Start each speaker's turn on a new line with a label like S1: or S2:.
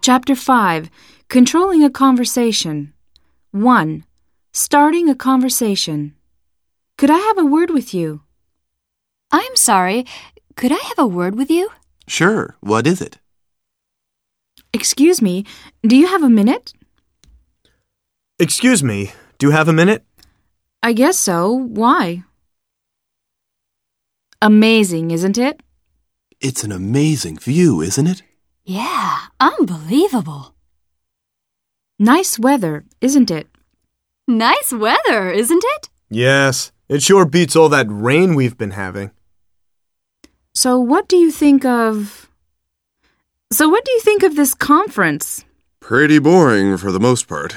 S1: Chapter 5 Controlling a Conversation 1. Starting a Conversation. Could I have a word with you?
S2: I'm sorry. Could I have a word with you?
S3: Sure. What is it?
S1: Excuse me, do you have a minute?
S3: Excuse me. Do you have a minute?
S1: I guess so. Why? Amazing, isn't it?
S3: It's an amazing view, isn't it?
S2: Yeah, unbelievable.
S1: Nice weather, isn't it?
S2: Nice weather, isn't it?
S4: Yes, it sure beats all that rain we've been having.
S1: So, what do you think of. So, what do you think of this conference?
S5: Pretty boring for the most part.